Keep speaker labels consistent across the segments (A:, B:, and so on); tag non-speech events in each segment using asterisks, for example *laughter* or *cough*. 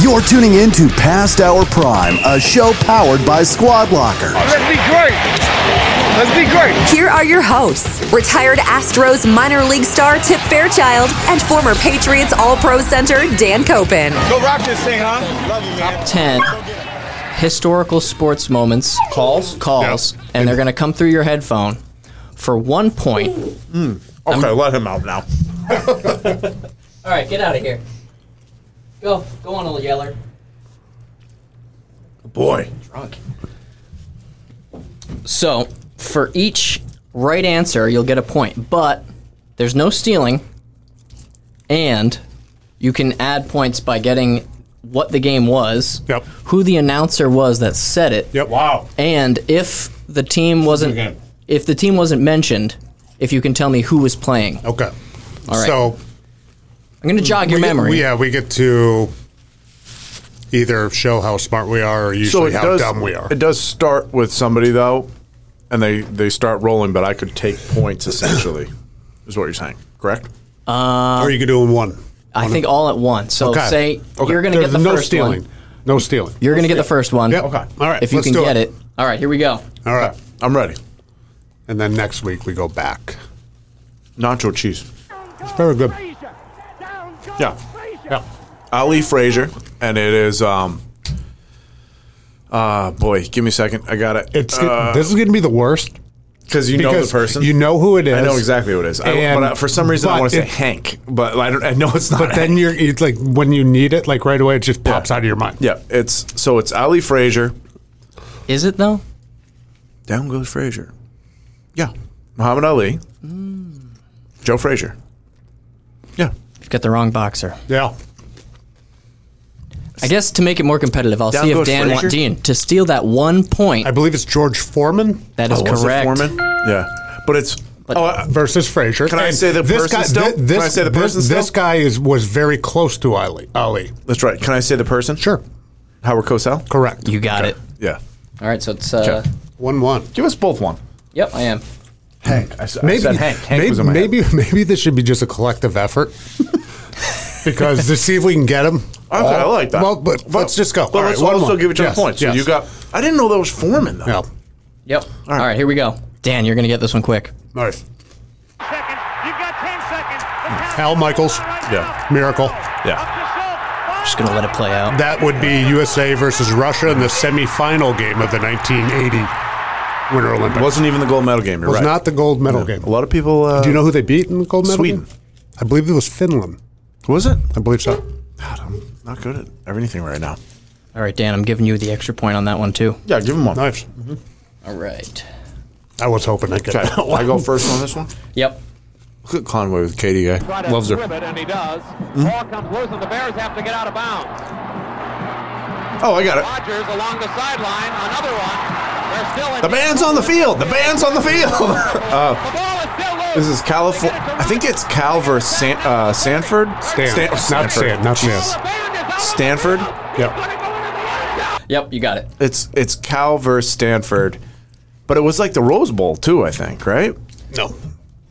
A: You're tuning in to Past Hour Prime, a show powered by Squad Locker.
B: Let's be great. Let's be great.
C: Here are your hosts retired Astros minor league star Tip Fairchild and former Patriots All Pro Center Dan Copen.
B: Go rock this thing, huh? Love you, man.
D: Top 10 historical sports moments. Calls? Calls. And they're going to come through your headphone for one point.
E: Okay, let him out now.
D: *laughs* All right, get out of here. Go. Go on, old yeller.
E: Boy.
D: Drunk. So, for each right answer, you'll get a point, but there's no stealing, and you can add points by getting what the game was,
E: Yep.
D: who the announcer was that said it,
E: Yep. Wow.
D: and if the team
E: game.
D: wasn't if the team wasn't mentioned, if you can tell me who was playing. I'm
E: Okay.
D: All right.
E: So
D: going to jog your
E: we get-
D: memory.
E: we- yeah, we get to either show how smart we are or
F: So
E: usually
F: it
E: how
F: does.
E: dumb we are.
F: It does start with somebody though, and they they start rolling. But I could take points essentially, is what you're saying, correct?
E: or you could do in one.
D: I think all at once. So
E: Okay.
D: say
E: Okay.
D: you're going to
E: There's
D: get the
E: no
D: first
E: stealing.
D: one.
E: No stealing.
D: You're going to get the first one.
E: Yep. Okay. All right,
D: If you
E: let's
D: can
E: do
D: get
E: it.
D: it. All right, here we go.
E: All right.
F: I'm ready.
E: And then next week we go back.
F: Nacho cheese.
E: It's very good.
F: Yeah.
E: Yeah.
F: Ali Frazier, and it is um. Uh, boy, give me a second. I got it.
E: It's this is going to be the worst.
F: because Uh, you know the
E: because
F: person.
E: you know who it
F: I know
E: is,
F: exactly who it is. I,
E: and-
F: but I, for some reason, I
E: but
F: want to say
E: it-
F: Hank, but I don't. I know it's not.
E: But then
F: Hank.
E: you're it's like when you need it, like right away, it just pops out of your mind.
F: yeah, it's so it's Ali Frazier.
D: Is it though?
F: Down goes Frazier. Yeah, Muhammad Ali, Hmm. Joe Frazier. Yeah,
D: You've got the wrong boxer.
E: Yeah.
D: I guess to make it more competitive, I'll
F: Down
D: see if
F: goes
D: Dan wants
F: Frazier.
D: Dean to steal that one point.
E: I believe it's George Foreman
D: that is
F: Oh, was it
D: correct.
F: Foreman. Yeah, but it's oh, I-
E: versus Frazier.
F: Can I say the person
E: guy,
F: still?
E: thi-
F: Can
E: This,
F: I say the
E: this-
F: person
E: This
F: still?
E: guy is was very close to Ali. Ali.
F: that's right. Can I say the person?
E: Sure.
F: Howard Cosell.
E: Correct.
D: You got it.
F: Yeah,
D: All right, so it's uh,
F: Okay.
E: one one.
F: give us both one.
D: yep, I am.
F: Hank. I, s- I
E: Maybe
F: said Hank. Hank
E: maybe
F: was in my head.
E: maybe, maybe this should be just a
F: *laughs*
E: collective effort. because to see if we can get him.
F: Okay, I like that.
E: Well, but, let's just go.
F: But
E: All
F: let's
E: right, one,
F: also
E: one.
F: give each other
E: Yes,
F: points. So
E: yes.
F: you got. I didn't know that was Foreman though.
E: Yeah. All
D: Yep. All right, here we go. Dan, you're going to get this one quick.
E: right.
G: seconds. You've got 10 seconds. The count
E: Al
G: is
E: Michaels.
G: on right
F: Yeah.
G: now.
E: Miracle.
F: Yeah.
G: Up yourself.
D: Just going to let it play out.
E: That would be USA versus Russia in the semifinal game of the 1980 Winter Olympics.
F: It wasn't even the gold medal game. You're
E: was
F: right.
E: not the gold medal game.
F: A lot of people. Uh,
E: Do you know who they beat in the gold medal?
F: Sweden.
E: game? I believe it was Finland.
F: Was it?
E: I believe so.
F: God, I'm not good at everything right now.
D: All right, Dan, I'm giving you the extra point on that one too.
F: Yeah, give him one.
E: Nice.
D: All right.
E: I was hoping I could.
F: *laughs* Okay, I go first on this one.
D: Yep.
F: Look at Conway with Katie. eh?
H: try
F: guy.
H: to
F: Loves
H: whip
F: her. Hmm?
H: it, and he does. Ball comes loose, and the Bears have to get out of bounds.
F: Oh, I got it.
H: Rodgers along the sideline, another one. They're still in.
F: The band's on the field. The band's on the field. *laughs* uh,
H: The ball is still loose.
F: this is California. I think it's Cal versus San- uh, Sanford.
E: Stan.
F: Stan-
E: Not
F: Sanford.
E: Stan, not Stan.
F: Jesus.
H: The band is out of
F: Stanford.
E: Yep.
D: Yep, you got it.
F: It's it's Cal versus Stanford, but it was like the Rose Bowl too. I think right.
E: No.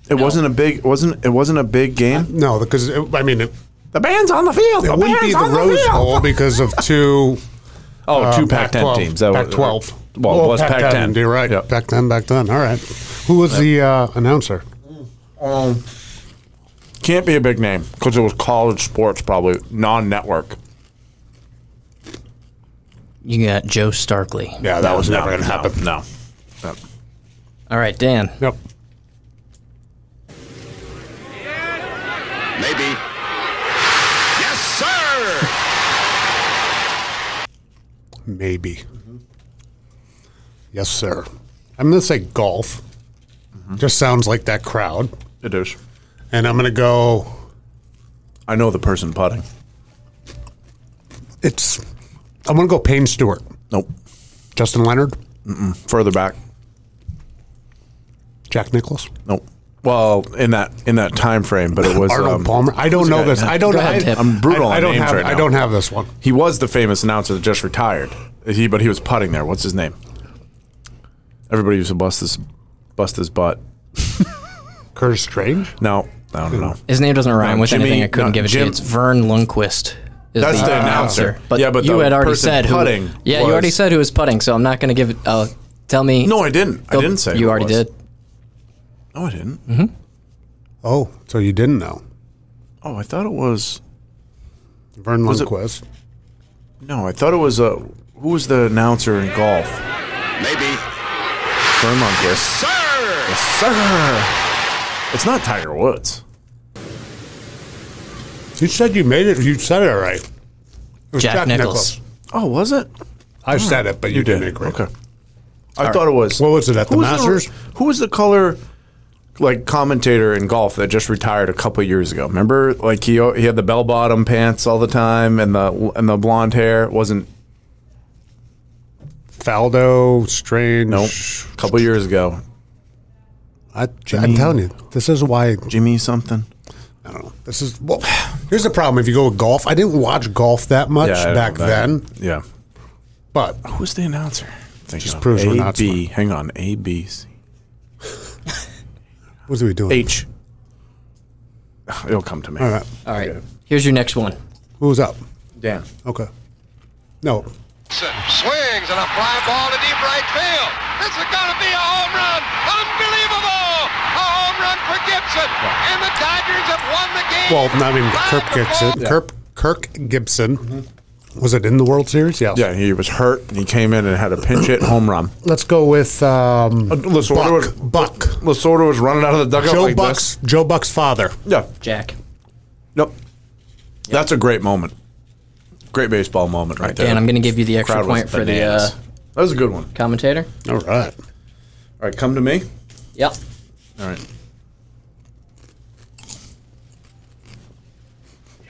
F: It wasn't a big. wasn't It wasn't a big game.
E: No, because it, I mean, it,
F: The band's on the field.
E: it
F: The
E: wouldn't be
F: band's
E: the
F: on
E: Rose
F: field.
E: Bowl
F: *laughs*
E: because of two.
F: Oh, two
E: um,
F: Pac-10
E: Pac-12,
F: teams. That was- uh,
E: Pac-12.
F: Well, it was Pac-10.
E: Oh, You're right.
F: Yep.
E: Pac-10. Back then. All right. Who was the uh, announcer?
F: Um, can't be a big name because it was college sports, probably non-network.
D: You got Joe Starkley.
E: Yeah, that was never going to happen.
F: No.
D: All right, Dan.
E: Yep.
B: Maybe. Yes, sir.
E: Maybe. Yes, sir. I'm going to say golf.
F: Mm-hmm.
E: Just sounds like that crowd,
F: It is.
E: and I'm going to go.
F: I know the person putting.
E: It's. I'm going to go Payne Stewart,
F: Nope.
E: Justin Leonard,
F: Further back.
E: Jack Nicholas.
F: Nope. Well, in that in that time frame, but it was
E: Arnold
F: um,
E: Palmer. I don't
F: what's the
E: know
F: guy-
E: this. I don't.
D: Go ahead,
E: I,
D: Tip.
F: I'm brutal
E: I,
F: on
E: I don't
F: names
E: have.
F: right
E: I
F: now.
E: don't have this one.
F: He was the famous announcer that just retired. He but he was putting there. What's his name? Everybody used to bust his bust his butt.
E: Curtis Strange.
F: No, I don't know.
D: His name doesn't rhyme
F: No,
D: with
F: Jimmy-
D: anything. I couldn't
F: no,
D: give it to
F: Jim-
D: you. It's Vern Lundquist. is
F: That's the announcer.
D: But
F: Yeah, but
D: you
F: the
D: had already
F: person
D: said who.
F: putting
D: yeah, you already
F: was-
D: said who was putting. So I'm not going to give it. Uh, tell me.
F: No, I didn't.
D: Go-
F: I didn't say who
D: You
F: it
D: already
F: was.
D: did. Mm-hmm.
F: No, I didn't.
E: Oh, so you didn't know.
F: Oh, I thought it was.
E: Vern
F: Was it-
E: Lundquist.
F: No, I thought it was. Uh, who was the announcer in golf?
B: Maybe.
F: Vern Lundquist.
B: Sir.
F: Sir, it's not Tiger Woods.
E: You said you made it. You said it all right. It was
D: Jack Nichols.
F: Oh, was it?
E: I said it, but you, didn't agree.
F: Ah. Okay. I thought it was.
E: What was it, at the
F: who
E: Masters?
F: who was the color, like commentator in golf that just retired a couple years ago? Remember, like he he had the bell bottom pants all the time and the and the blonde hair. Wasn't
E: Faldo, Strange.
F: nope. A couple years ago,
E: I, I'm telling you, this is why.
F: Jimmy something.
E: I don't know. This is well. Here's the problem. If you go with golf, I didn't watch golf that much
F: I don't
E: back
F: know.
E: then,
F: Yeah.
E: but
F: Who's the announcer? Just
E: on. proves we're not
F: B. Hang on. A B C
E: what are we doing?
F: H. *sighs* It'll come to me.
E: All right.
D: All right. Here's your next one.
E: Who's up?
F: Dan.
E: Okay. No.
B: Swings and a fly ball to deep right field. This is going to be a home run. Unbelievable. A home run for Gibson. And the Dodgers have won the game.
E: Well, I mean, Kirk Gibson.
B: Ah! Yeah.
E: Kirk, Kirk Gibson. Was it in the World Series? Yes.
F: Yeah, he was hurt and he came in and had a pinch hit home run.
E: Let's go with um,
F: let's
E: Buck.
F: order it.
E: Buck.
F: Lasorda was running out of the dugout
E: Joe
F: like
E: Buck's. Joe Buck's father.
F: this. Yeah.
D: Jack.
F: Nope. That's a great moment. Great baseball moment right there.
D: Dan, I'm going to give you the extra
F: Crowd was
D: point for the uh,
F: bananas. that was a good one. All
D: commentator.
E: All right.
F: right, come to me.
D: Yep.
F: All right.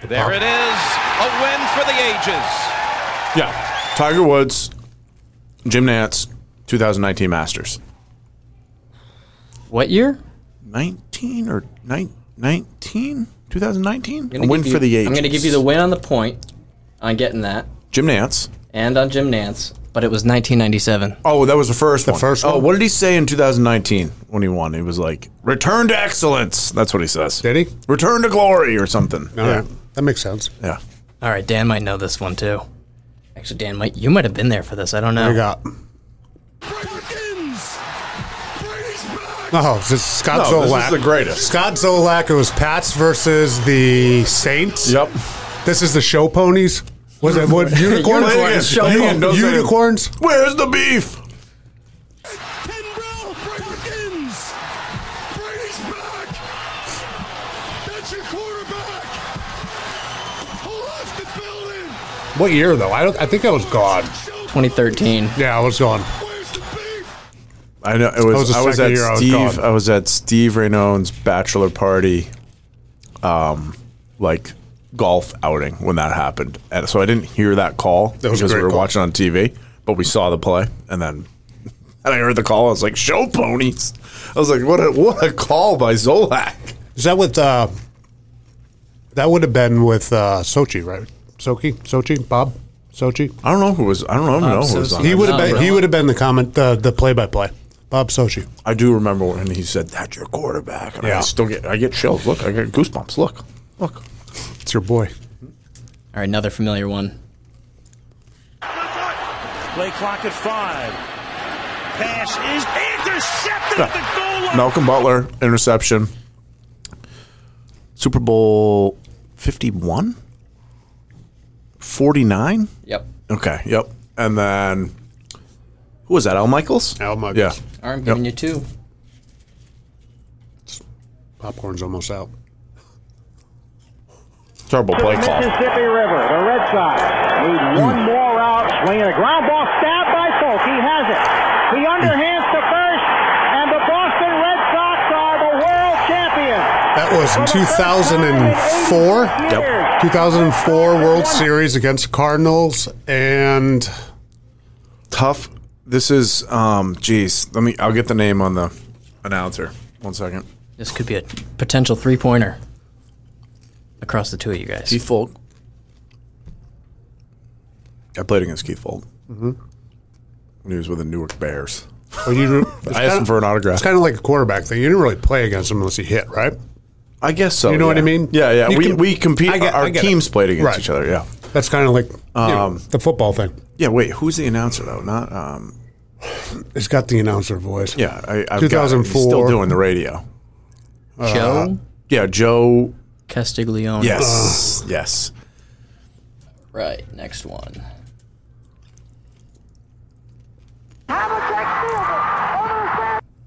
B: There it is. A win for the ages.
F: Yeah. Tiger Woods, Jim Nance, 2019 Masters.
D: What year?
F: 19 or nine- 19? 2019?
D: I'm
F: A
D: gonna
F: win
D: give you-
F: for the ages.
D: I'm going to give you the win on the point on getting that
F: Jim Nance.
D: and on Jim Nance, but it was 1997.
F: Oh, that was the first the one.
E: first
F: Oh,
E: one?
F: what did he say in 2019 when he won? He was like, return to excellence. That's what he says.
E: Did he?
F: Return to glory or something.
E: All right.
F: yeah.
E: That makes sense.
F: Yeah.
D: All right, Dan might know this one too. Actually, Dan might you might have been there for this. I don't know.
E: I got. Oh, this is Scott
F: No, this
E: Zolak.
F: is the greatest.
E: Scott Zolak. It was Pats versus the Saints.
F: Yep.
E: This is the show ponies. Was
F: *laughs*
E: it what unicorns?
F: Play it again.
E: Show
F: Play it again. Don't
E: ponies.
F: say it.
E: unicorns.
F: Where's the beef?
E: What year though? I don't. I think I was gone.
D: 2013.
E: Yeah, I was gone.
F: I know it was.
E: was the
F: I was at
E: second year I was
F: Steve.
E: gone.
F: I was at Steve Raynone's bachelor party, um, like golf outing when that happened, and so I didn't hear that call
E: That was a
F: because we
E: great
F: were
E: call.
F: watching on TV, but we saw the play, and then *laughs* and I heard the call. I was like, "Show ponies!" I was like, "What a what a call by Zolak!"
E: Is that with? Uh, that would have been with uh, Sochi, right? Sochi, Sochi, Bob, Sochi.
F: I don't know who was. I don't know, I don't know who was
D: so-
F: on.
E: He
F: that.
E: would have
D: No,
E: been.
D: really?
E: He would have been the comment. The the play by play. Bob Sochi.
F: I do remember when he said, "That's your quarterback." And I
E: Yeah.
F: still get. I get chills. Look, I get goosebumps. Look, look.
E: It's your boy.
D: All right, another familiar one.
I: Play clock at five. Pass is intercepted at the goal line.
F: Malcolm Butler interception. Super Bowl 51? 49?
D: Yep.
F: Okay, yep. And then who was that? Al Michaels?
E: Al Michaels.
F: Yeah.
D: All right, I'm giving you two.
E: Popcorn's almost out.
F: Terrible play call.
H: Mississippi River, the Red Sox need
E: Hmm.
H: one more out. Swinging a ground ball, stabbed by Folk. He has it. He
E: Hmm.
H: underhands to first, and the Boston Red Sox are the world champions.
E: That was in 2004.
H: Yep.
E: 2004 World Series against Cardinals and
F: Tough. This is um geez. Let me I'll get the name on the announcer. One second.
D: This could be a potential three pointer across the two of you guys.
F: Keith Folk. I played against Keith Folk. Mm-hmm. When he was with the Newark Bears.
E: well, you,
F: *laughs* I asked him for an autograph.
E: It's kind of like a quarterback thing. You didn't really play against him unless he hit, right?
F: I guess so.
E: You know what
F: yeah.
E: I mean?
F: Yeah, yeah.
E: You
F: we
E: can-
F: we compete.
E: I get-
F: our
E: I get
F: teams
E: it.
F: played against
E: Right.
F: each other. Yeah.
E: That's kind of like you know,
F: Um,
E: the football thing.
F: Yeah. Wait, who's the announcer though? Not. Um,
E: It's got the announcer voice.
F: yeah. I, I've got it. He's
E: 2004.
F: Still doing the radio.
D: Joe
F: Yeah, Joe.
D: Castiglione.
F: Uh, Yes. Yes.
D: Right. Next one.
H: Oh,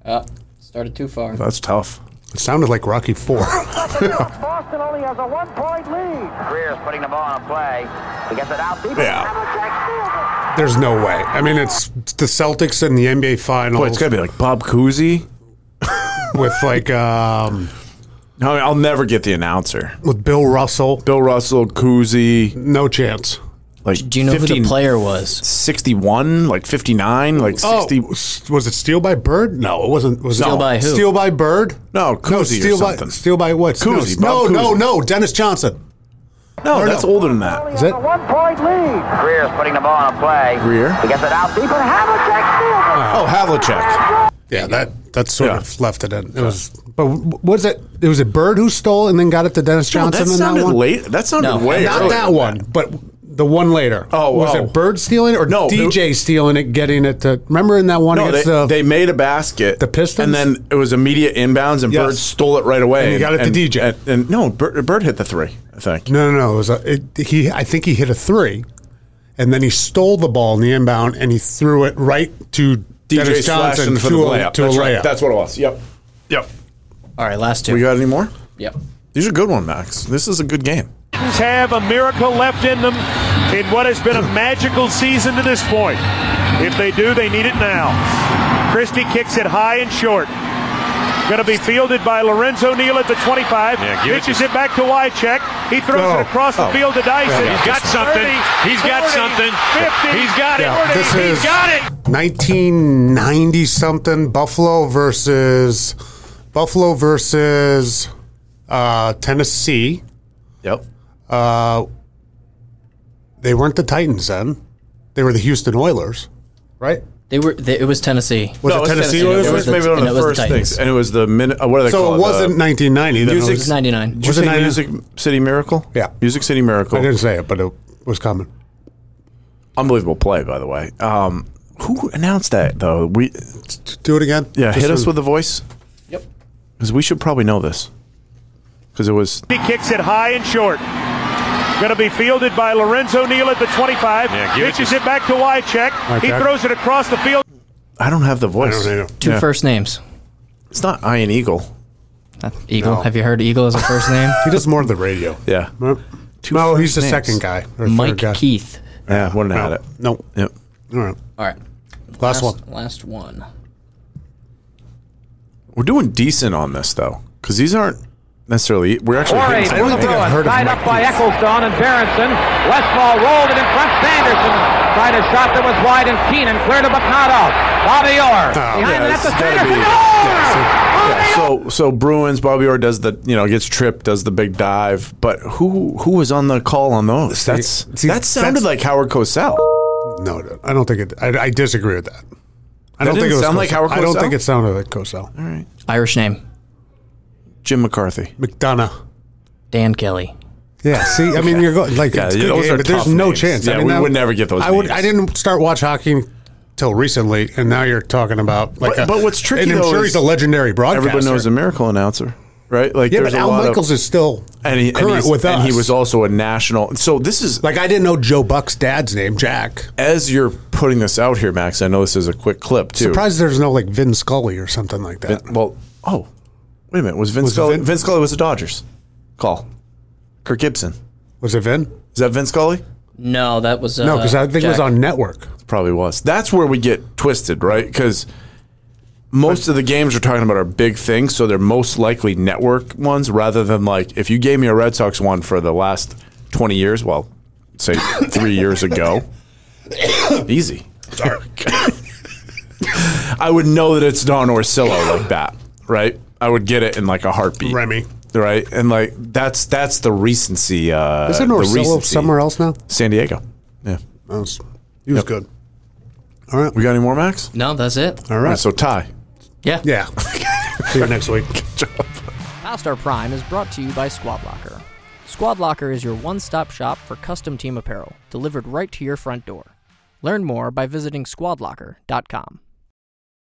D: Uh, started too far.
F: That's tough.
E: It sounded like Rocky Four.
H: Boston only has a one-point lead. Greer's putting the ball on a play. He gets it out
F: *laughs*
H: deep.
F: Yeah.
E: There's no way. I mean, it's the Celtics in the NBA Finals
F: Boy, it's got to be like Bob Cousy.
E: with like um,
F: No, I'll never get the announcer.
E: with Bill Russell.
F: Bill Russell, Cousy,
E: No chance.
F: like
D: Do you know who
F: 50
D: the player was?
F: 61, like 59, like 60.
E: Oh, s- was it Steal by Bird? No, it wasn't. Was
D: Steal
E: it,
D: by who?
E: Steal by Bird?
F: No, Cousy or
E: Steal by
F: something.
E: Steal by what?
F: Cousy,
E: No,
F: Bob
E: no,
F: Cousy.
E: no, no. Dennis Johnson.
F: no,
E: no,
F: that's
E: no.
F: older than that.
E: Is it?
H: One-point lead. Greer's putting the ball on a play.
F: Greer?
H: He gets it out deep, and Havlicek steals it.
F: Oh, Havlicek.
E: Yeah, that that sort
F: Yeah.
E: of left it in. It was, but w- was it? It was a Bird who stole and then got it to Dennis
F: No,
E: Johnson.
F: that
E: in
F: sounded
E: one?
F: late. That sounded
D: No,
F: way
E: Not
F: earlier
E: that
F: than
E: one, but the one later.
F: Oh,
E: was
F: oh.
E: it Bird stealing or
F: No,
E: DJ stealing it, getting it to? Remember in that one
F: No, they,
E: against the
F: they made a basket.
E: the Pistons?
F: And then it was immediate inbounds, and
E: Yes.
F: Bird stole it right away.
E: And he got it to DJ.
F: And, and- no, Bird, Bird hit the three, I think.
E: No, no, no. It was a, it, he. I think he hit a three, and then he stole the ball in the inbound and he threw it right to
F: DJ
E: Dennis Johnson
F: Johnson for
E: to,
F: the
E: a,
F: layup.
E: to
F: That's
E: a
F: right.
E: layup.
F: That's what it was. Yep. Yep.
D: All right, last two.
F: We got any more?
D: yep.
F: These are a good one, Max. This is a good game.
I: Titans have a miracle left in them in what has been a magical season to this point. If they do, they need it now. Christie kicks it high and short. Going to be fielded by Lorenzo Neal at the 25. pitches it, back to Wycheck. He throws
E: Oh.
I: it across the
F: Oh.
I: field to Dyson.
F: Yeah, He's
I: got something. He's got something. 50. He's got it.
E: Yeah, this is 1990 something Buffalo versus Buffalo versus uh, Tennessee.
F: Yep.
E: Uh, they weren't the Titans then; they were the Houston Oilers, right?
D: They were. They, it was Tennessee.
E: Was it Tennessee? Oilers?
F: It was maybe one
D: and
F: of
D: it
F: the
D: was
F: first
D: the
F: things.
D: Titans.
F: And it was the minute. Uh, what do they
E: so
F: call
E: it wasn't 1990. Then it
F: Music-
E: was-
D: 99.
F: Did you
E: Was it
F: say
E: 99?
F: Music City Miracle?
E: Yeah.
F: Music City Miracle.
E: I didn't say it, but it was coming.
F: Unbelievable play, by the way. Um, who announced that though? We
E: Do it again.
F: yeah,
E: Just
F: hit us
E: so-
F: with the voice
D: Yep.
F: because we should probably know this because it was
I: He kicks it high and short. Going to be fielded by Lorenzo Neal at the 25. pitches it, back to Wycheck. He
E: Wycheck.
I: throws it across the field.
F: I don't have the voice.
E: I don't know.
D: Two
F: Yeah.
D: first names.
F: It's not Iron Eagle.
D: Uh, Eagle.
E: No.
D: Have you heard Eagle as
F: *laughs*
D: a first name?
E: He does more of the radio.
F: Yeah. Two
E: no,
F: first
E: he's the
F: names.
E: second guy. Or
D: Mike
E: third guy.
D: Keith.
F: Yeah, wouldn't have
E: No.
F: had it.
E: Nope.
F: Yep.
E: All right.
D: All right.
E: Last, one.
D: Last one.
F: We're doing decent on this though because these aren't necessarily. We're actually.
H: Torrey
F: hitting
H: threw
F: someone.
H: it
E: think I've heard of
H: tied
E: Mike
H: up by Ecclestone and Berenson. Westfall rolled it in front. Sanderson tried a shot that was wide and Keenan cleared it but not out. Bobby Orr. behind
F: Yeah,
H: the net
F: it's
H: to
F: Oh, gotta
H: Sanderson.
F: be-
H: Orr!
F: yeah,
H: Bobby Orr!
F: so, yeah, so so Bruins Bobby Orr does the you know gets tripped does the big dive but who who was on the call on those that's
E: see,
F: that sounded
E: that's-
F: like Howard Cosell
E: No, no, I don't think it. I, I disagree with that. I don't
F: didn't
E: think it was
F: sound like
E: Cosell.
F: Howard
E: I don't
F: Cosell?
E: think it sounded like Cosell.
D: Irish name.
F: Jim McCarthy
E: McDonough.
D: Dan Kelly.
E: Yeah. See, I mean, you're going like
F: Yeah,
E: it's a
F: yeah,
E: good
F: those
E: game,
F: are
E: but there's
F: tough
E: no
F: names.
E: chance.
F: Yeah,
E: I mean,
F: we
E: that-
F: would never get those
E: I would.
F: names.
E: I didn't start watch hockey till recently, and now you're talking about like.
F: But-
E: a,
F: but what's tricky,
E: And I'm
F: though,
E: sure
F: is
E: he's a legendary broadcaster.
F: everybody knows a miracle announcer right like
E: Yeah,
F: there's
E: but
F: a
E: Al
F: lot
E: Michaels
F: of,
E: is still
F: and he, and,
E: current
F: he's-
E: with us.
F: and he was also a national so this is
E: like I didn't know Joe Buck's dad's name, Jack.
F: as you're putting this out here Max I know this is a quick clip too
E: Surprised there's no like Vin Scully or something like that.
F: well oh wait a minute was Vince
E: Was it
F: Scully
E: Vin-
F: Vince Scully was the Dodgers call Kirk Gibson
E: Was it Vin?
F: is that Vince Scully
D: No, that was uh,
E: No, because I think it was
D: Jack.
E: on network.
F: Probably was. That's where we get twisted, right? Because most of the games we're talking about are big things, so they're most likely network ones rather than like if you gave me a Red Sox one for the last 20 years, well,
E: *laughs*
F: say three years ago, easy. Sorry. I would know that it's Don Orsillo like that, right? I would get it in like a heartbeat.
E: Remy.
F: Right? And like that's that's the recency uh
E: Isn't
F: the
E: Orsillo
F: recency.
E: somewhere else now?
F: San Diego. Yeah.
E: That was- he was
F: Yep.
E: good. All right.
F: We got any more Max?
D: No, that's it.
E: All
F: All
E: right.
F: *laughs* right, so tie.
D: Yeah.
E: yeah. See you next week.
D: Last Our Prime is brought to you by Squad Locker. Squad Locker is your one stop shop for custom team apparel, delivered right to your front door. Learn more by visiting squadlocker.com.